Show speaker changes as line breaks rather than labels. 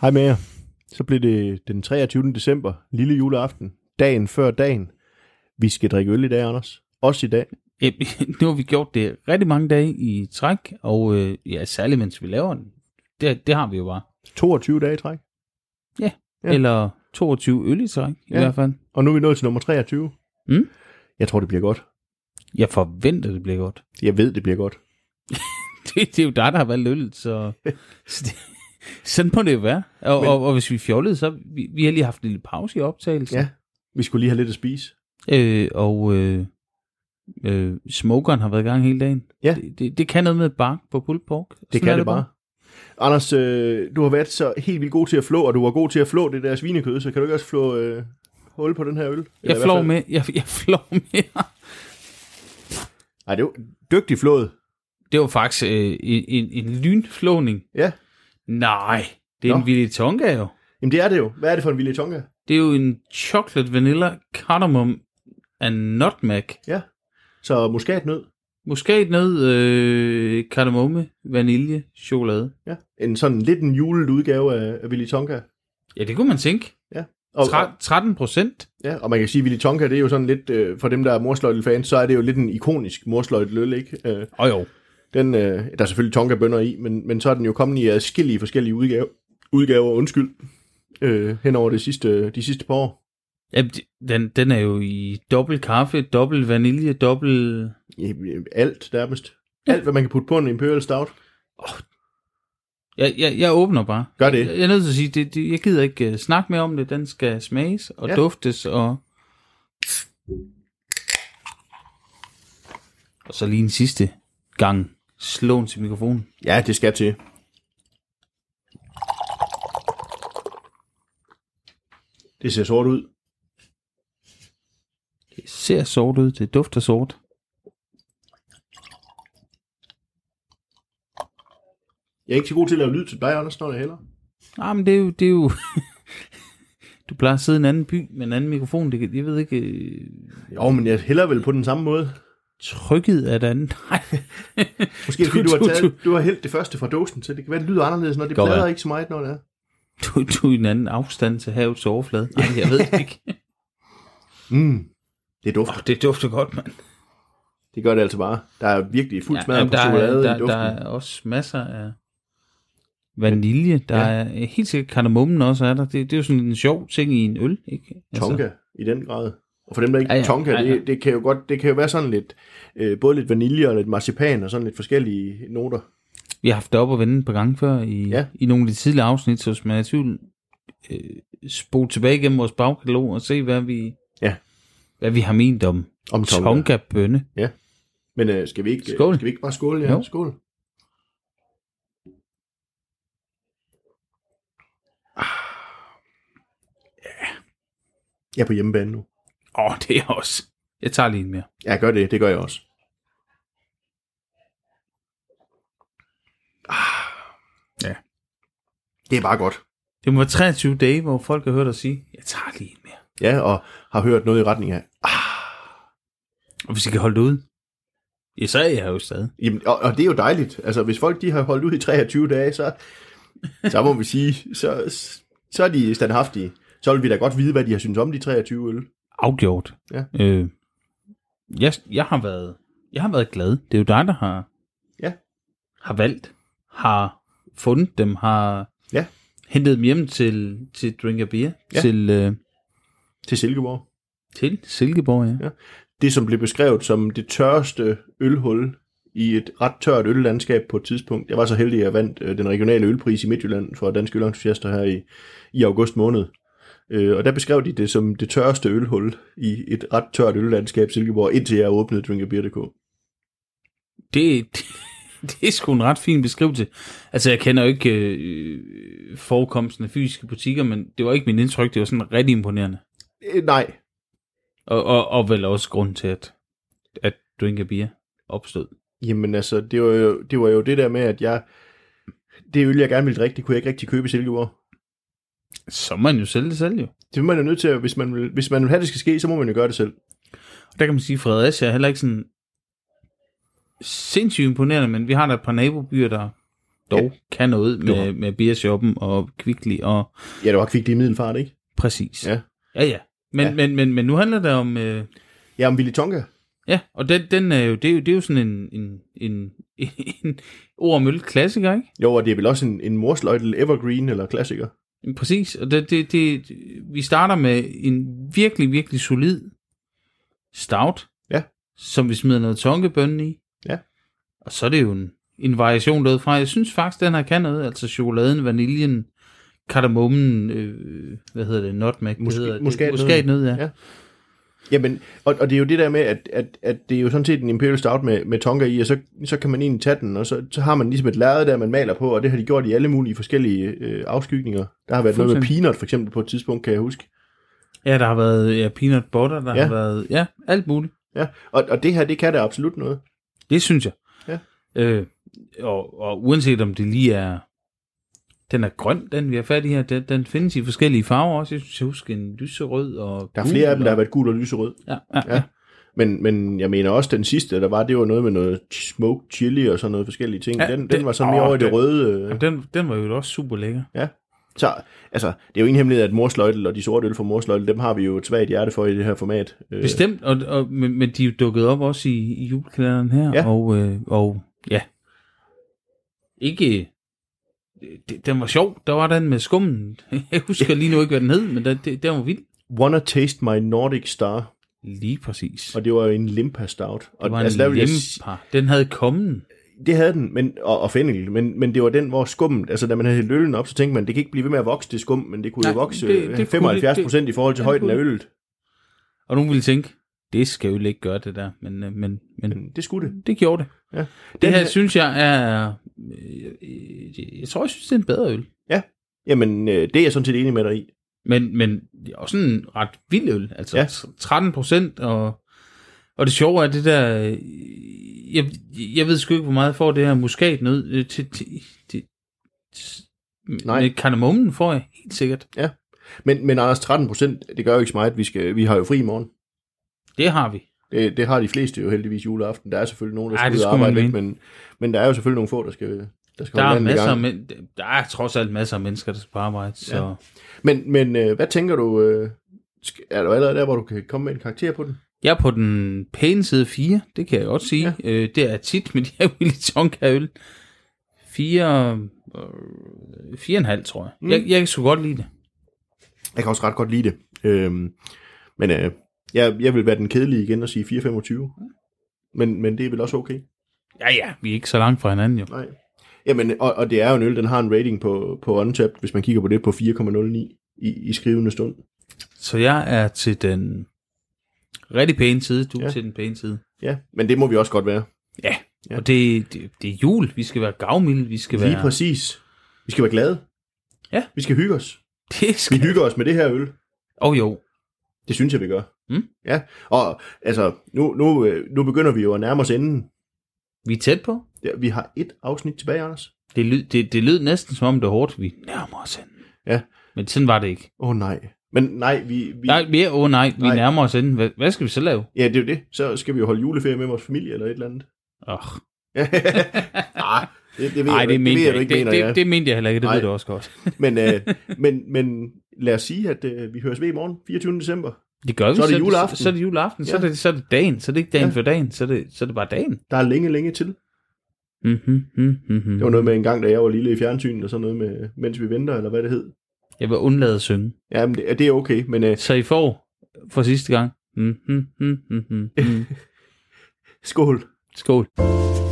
Hej med jer. Så blev det den 23. december, lille juleaften, dagen før dagen. Vi skal drikke øl i dag, Anders. Også i dag.
Ja, nu har vi gjort det rigtig mange dage i træk, og øh, ja, særligt mens vi laver den. Det, det har vi jo bare.
22 dage i træk. Ja.
Ja. Eller 22 øl i træk, i
Ja.
ja. hvert fald.
Og nu er vi nået til nummer 23.
Mm.
Jeg tror, det bliver godt.
Jeg forventer, det bliver godt.
Jeg ved, det bliver godt.
Det, det er jo dig, der har valgt øllet, så... så det, sådan må det jo være. Og,
Men-
og, og hvis vi fjollede, så... Vi, vi har lige haft en lille pause i optagelsen.
Ja. Vi skulle lige have lidt at spise.
Øh, og øh, øh, smokeren har været i gang hele dagen.
Ja.
Det, det, det kan noget med bark på pulled pork.
Det
Sådan
kan
er
det bare. Anders, øh, du har været så helt vildt god til at flå, og du var god til at flå det der svinekød, så kan du ikke også flå øh, hul på den her øl? Eller i
Jeg
hvert
flår
fald-
med. Jeg, jeg flår med.
Ej, det var dygtig flået.
Det var faktisk øh, en, en, en lynflåning.
Ja.
Nej, det er
Nå.
Nå. en vilde tonga jo.
Jamen det er det jo. Hvad er det for en vilje tonga?
Det er jo en chocolate vanilla cardamom and nutmeg.
Så muskatnød.
Muskat ned, øh, kardemomme, vanilje, chokolade.
Ja. En sådan lidt en julet udgave af, af Willy Tonka.
Ja, det kunne man tænke.
Og,
Tre- 13 procent.
ja, og man kan sige, at Willy Tonka, det er jo sådan lidt, øh, for dem, der er morsløjtelfans, så er det jo lidt en ikonisk morsløjteløl, ikke? Øh,
Og jo.
den, øh, der er selvfølgelig tonka-bønder i, men, men så er den jo kommet i adskillige forskellige udgave, udgaver, undskyld, øh, hen over det sidste, de sidste par år.
Jamen, det- den, den er jo i dobbelt kaffe, dobbelt vanilje, dobbelt...
I, i, alt, nærmest.
Ja.
Alt, hvad man kan putte på en Imperial Stout.
Jeg, jeg, jeg åbner bare.
Gør det.
Jeg, jeg er nødt til at sige, det, det, jeg gider ikke uh, snakke mere om det. Den skal smages og
Ja.
ja. duftes og... Og så lige en sidste gang slå den til mikrofonen.
Ja, det skal til. Det ser sort ud.
Det ser sort ud, det dufter sort.
Jeg er ikke så god til at lave lyd til dig, Anders, når jeg heller.
Nej, Ah, men det er jo... Det er jo du plejer at sidde i en anden by med en anden mikrofon. Det, kan- jeg ved ikke... øh,
Jo, men jeg hælder vel på den samme måde.
Trykket af et andet. Nej.
Måske
Du-
fordi du, har
du-
taget,
du-
du har hældt det første fra dåsen, så det kan være, det lyder anderledes, når det
Godt,
plader
ja.
ikke så meget, når det er.
Du, du er i en anden afstand til havets overflade. Nej, jeg ved det ikke.
Mm. Det dufter.
Oh, det dufter godt, mand.
Det gør det altså bare. Der er virkelig fuld smad
jamen,
på chokolade
er,
i
der, der
duften.
er også masser af vanilje. Der
Ja.
ja. er helt sikkert kardemommen også er der. Det, det er jo sådan en sjov ting i en øl, ikke?
Tonka i den grad. Og for dem, der ikke
altså- Ja, ja.
tonka,
Ja, ja.
Det, det, kan jo godt, det kan jo være sådan lidt, øh, både lidt vanilje og lidt marcipan og sådan lidt forskellige noter.
Vi har haft det op og vende et par gange før i,
Ja.
ja. i nogle af de tidligere afsnit, så hvis man er i tvivl, øh, spol tilbage gennem vores bagkatalog og se, hvad vi,
Ja.
hvad vi har ment om
Om tonka. tonka.
tonka-bønne.
Men øh, skal, vi ikke, øh,
Skål.
skal vi ikke bare skåle? Ja,
Jo.
skål. Ah. Ja. Jeg er på hjemmebane nu.
Åh, oh, det er også. Jeg tager lige en mere.
Ja, gør det. Det gør jeg også. Ah.
Ja.
Det er bare godt.
Det må være 23 dage, hvor folk har hørt os sige, jeg tager lige en mere.
Ja, og har hørt noget i retning af.
Og hvis I kan holde det ud, ja, så er jeg jo stadig.
Jamen, og, og det er jo dejligt. Altså, hvis folk de har holdt ud i 23 dage, så, så må vi sige, så, så er de standhaftige. Så vil vi da godt vide, hvad de har syntes om de 23 øl.
afgjort.
Ja.
Øh, jeg, jeg, har været, jeg har været glad. Det er jo dig, der har,
Ja.
har valgt, har fundet dem, har
Ja.
hentet dem hjem til, til Drink a Beer,
Ja.
til, øh,
Til Silkeborg.
til Silkeborg, ja.
Ja. Det, som blev beskrevet som det tørste ølhul i et ret tørt øllandskab på et tidspunkt. Jeg var så heldig, at jeg vandt øh, den regionale ølpris i Midtjylland for Danske Ølentusiaster her i, i august måned. Øh, og der beskrev de det som det tørste ølhul i et ret tørt øllandskab Silkeborg, indtil jeg åbnede drinkabeer.dk.
Det, det, det er sgu en ret fin beskrivelse. Altså, jeg kender jo ikke øh, forekomsten af fysiske butikker, men det var ikke min indtryk. Det var sådan rigtig imponerende.
Øh, nej,
Og, og, og vel også grund til, at, at Drink a Beer opstod.
Jamen altså, det var, jo, det var jo det der med, at jeg... Det øl, jeg gerne ville drikke, det kunne jeg ikke rigtig købe i Silkeborg.
Så må man jo sælge det selv, jo.
Det er man jo nødt til, at hvis man, vil, hvis man vil have, det skal ske, så må man jo gøre det selv.
Og der kan man sige, at Fredericia er heller ikke sådan sindssygt imponerende, men vi har da et par nabobyer, der dog ja. kan noget
Du
med,
har-
med beershoppen og Kvickly og
Ja, det var kvigt i middelfart, ikke?
præcis.
Ja.
ja. ja. Men,
Ja.
ja. Men, men, men nu handler det om... Øh,
Ja, om Willy Tonka.
ja, og den, den er jo, det, er jo, det er jo sådan en, en, en, en ord og møl klassiker, ikke?
Jo, og det er vel også en, en morsløjtel evergreen eller klassiker.
Jamen, Præcis, og det, det, det, vi starter med en virkelig, virkelig solid stout,
Ja.
som vi smider noget tonkebønne i.
Ja.
Og så er det jo en, en variation derudfra. Jeg synes faktisk, den her kan noget, altså chokoladen, vaniljen, kardamommen, øh, hvad hedder det, nutmeg,
Musk-
det hedder det?
muskatnød.
muskatnød, ja.
Ja. Jamen, og, og det er jo det der med, at, at, at det er jo sådan set en Imperial Stout med, med tonka i, og så, så kan man egentlig tage den, og så, så har man ligesom et lærred, der man maler på, og det har de gjort i alle mulige forskellige øh, afskygninger. Der har været noget med peanut, for eksempel, på et tidspunkt, kan jeg huske.
Ja, der har været ja, peanut butter, der
Ja.
har været, ja, alt muligt.
Ja, og, og det her, det kan da absolut noget.
Det synes jeg.
Ja.
Øh, og, og uanset om det lige er... Den er grøn, den vi har fat i her. Den, den findes i forskellige farver også. Jeg synes, jeg husker en lyserød og
Der er
gul
flere af dem, der har
og-
været gul og lyserød.
Mm, Ja, ja,
Ja.
ja.
Men, men jeg mener også, den sidste, der var, det var noget med noget smoked chili og sådan noget forskellige ting. Ja,
Ja,
den, den,
det-
var så mere
åh,
over i det
den-
røde. Øh.
Jamen, Den, den var jo også super lækker.
Så, altså, det er jo ingen hemmelighed, at morsløjtel og de sorte øl fra morsløjtel, dem har vi jo et svagt hjerte for i det her format. Øh,
Bestemt, og, og, men, men de er jo dukket op også i, i julekalenderen her.
Ja.
Og, øh, og ja, ikke... det- Den var sjov. Der var den med skummen. Jeg husker lige nu ikke, hvad den hed, men den, det- den var vild.
Wanna Taste My Nordic Star,
Lige præcis. Og,
og det var jo en limpa stout. Og,
det var
altså,
altså,
der
en
vil jeg s-
lempar. Den havde kommen.
det havde den, men, og, og fennel, men, men det var den, hvor skummet, altså da man havde hældt øllen op, så tænkte man, det kan ikke blive ved med at vokse det skum, men det kunne jo
Nej,
vokse
det- det
det,
kunne det-
det 75 procent i forhold til
det
højden af
kunne
øllet.
Og nogen ville tænke, det skal jo ikke gøre det der, men, øh, men, men
Men det skulle det.
det gjorde det.
Ja. Den
Det her
her-
synes jeg er, øh, øh, jeg tror jeg synes det er en bedre øl,
Jamen, øh, det er jeg sådan set enig med dig i.
men, men det er også en ret vild øl, altså
Ja.
ja. 13 procent, og, og det sjove er det der, øh, jeg, jeg ved sgu ikke hvor meget jeg får det her muskatnød øh, til, til, til
Nej.
med kardemommen får jeg helt sikkert.
Men, men Anders, 13 procent, det gør jo ikke så meget. Vi, skal, vi har jo fri i morgen.
Det har vi.
Det, det har de fleste jo heldigvis juleaften. Der er selvfølgelig nogen, der
Ej,
skal
det
ud og
skulle man
arbejde lidt, men, men der er jo selvfølgelig nogle få, der skal, der skal
Der er,
landet i
masser af,
gang.
men- der er trods alt masser af mennesker, der skal på arbejde, så...
Ja. Men, men øh, hvad tænker du, øh, sk- er du allerede der, hvor du kan komme med en karakter på den?
Jeg er på den pæne side 4, det kan jeg godt sige. Ja. Øh, det er tit med de her Willy Tonka-øl. 4, øh, 4,5 tror jeg. Mm. jeg. Jeg kan sgu godt lide det.
Jeg kan også ret godt lide det. Øhm, men øh, jeg, jeg vil være den kedelige igen og sige 4,25. Men, men det er vel også okay?
Ja, ja, vi er ikke så langt fra hinanden jo.
Nej. Jamen, og, og det er jo en øl, den har en rating på, på Untapped, hvis man kigger på det, på 4,09 i, i skrivende stund.
Så jeg er til den rigtig pæne side, du ja.
Ja.
er til den pæne side.
Ja, men det må vi også godt være.
Ja,
Ja.
ja. og det, det, det er jul, vi skal være gavmilde, vi skal
Lige
være...
præcis. Vi skal være glade.
Ja.
Vi skal hygge os.
Det
Vi
skal...
hygger os med det her øl.
Åh oh, jo,
Det synes jeg, vi gør.
Mm.
Ja, og altså, nu, nu, øh, nu begynder vi jo at nærme os enden.
vi er tæt på.
Ja, Vi har et afsnit tilbage, Anders.
Det lød, det, det lød næsten som om det var hårdt, vi nærmer os hen.
Ja.
Men sådan var det ikke.
Åh oh, nej. Men nej, vi, vi,
Vi... Nej, mere, åh oh, nej, vi
Nej.
nej. nærmer os inden. Hvad, hvad skal vi så lave?
Ja, det er jo det. Så skal vi jo holde juleferie med vores familie eller et eller andet.
Oh.
Nej, det, det ved
Nej,
jeg,
det,
det,
mente
ved
jeg,
jeg, du ikke
ikke.
mener,
Det,
ja.
det, det mente jeg heller ikke, det
Nej.
ved du også godt.
Men, øh, men, men lad os sige, at øh, vi høres ved i morgen, 24. december.
Det gør vi.
Så er det juleaften.
Så, så er det juleaften. Ja. Så,
Ja.
er det, så er det dagen. Så er det ikke dagen
Ja.
ja. for dagen. Så er, det, så er det bare dagen.
Der er længe, længe til. Mhm,
Mm-hmm, mm-hmm.
Det var noget med en gang, da jeg var lille i fjernsynet, og sådan noget med, mens vi venter, eller hvad det hed.
Jeg vil undlade at synge.
Ja, men det, det er okay, men øh,
Så I får for
Mhm,
sidste gang. Mm-hmm, mm-hmm, mm-hmm.
skål.
Skål.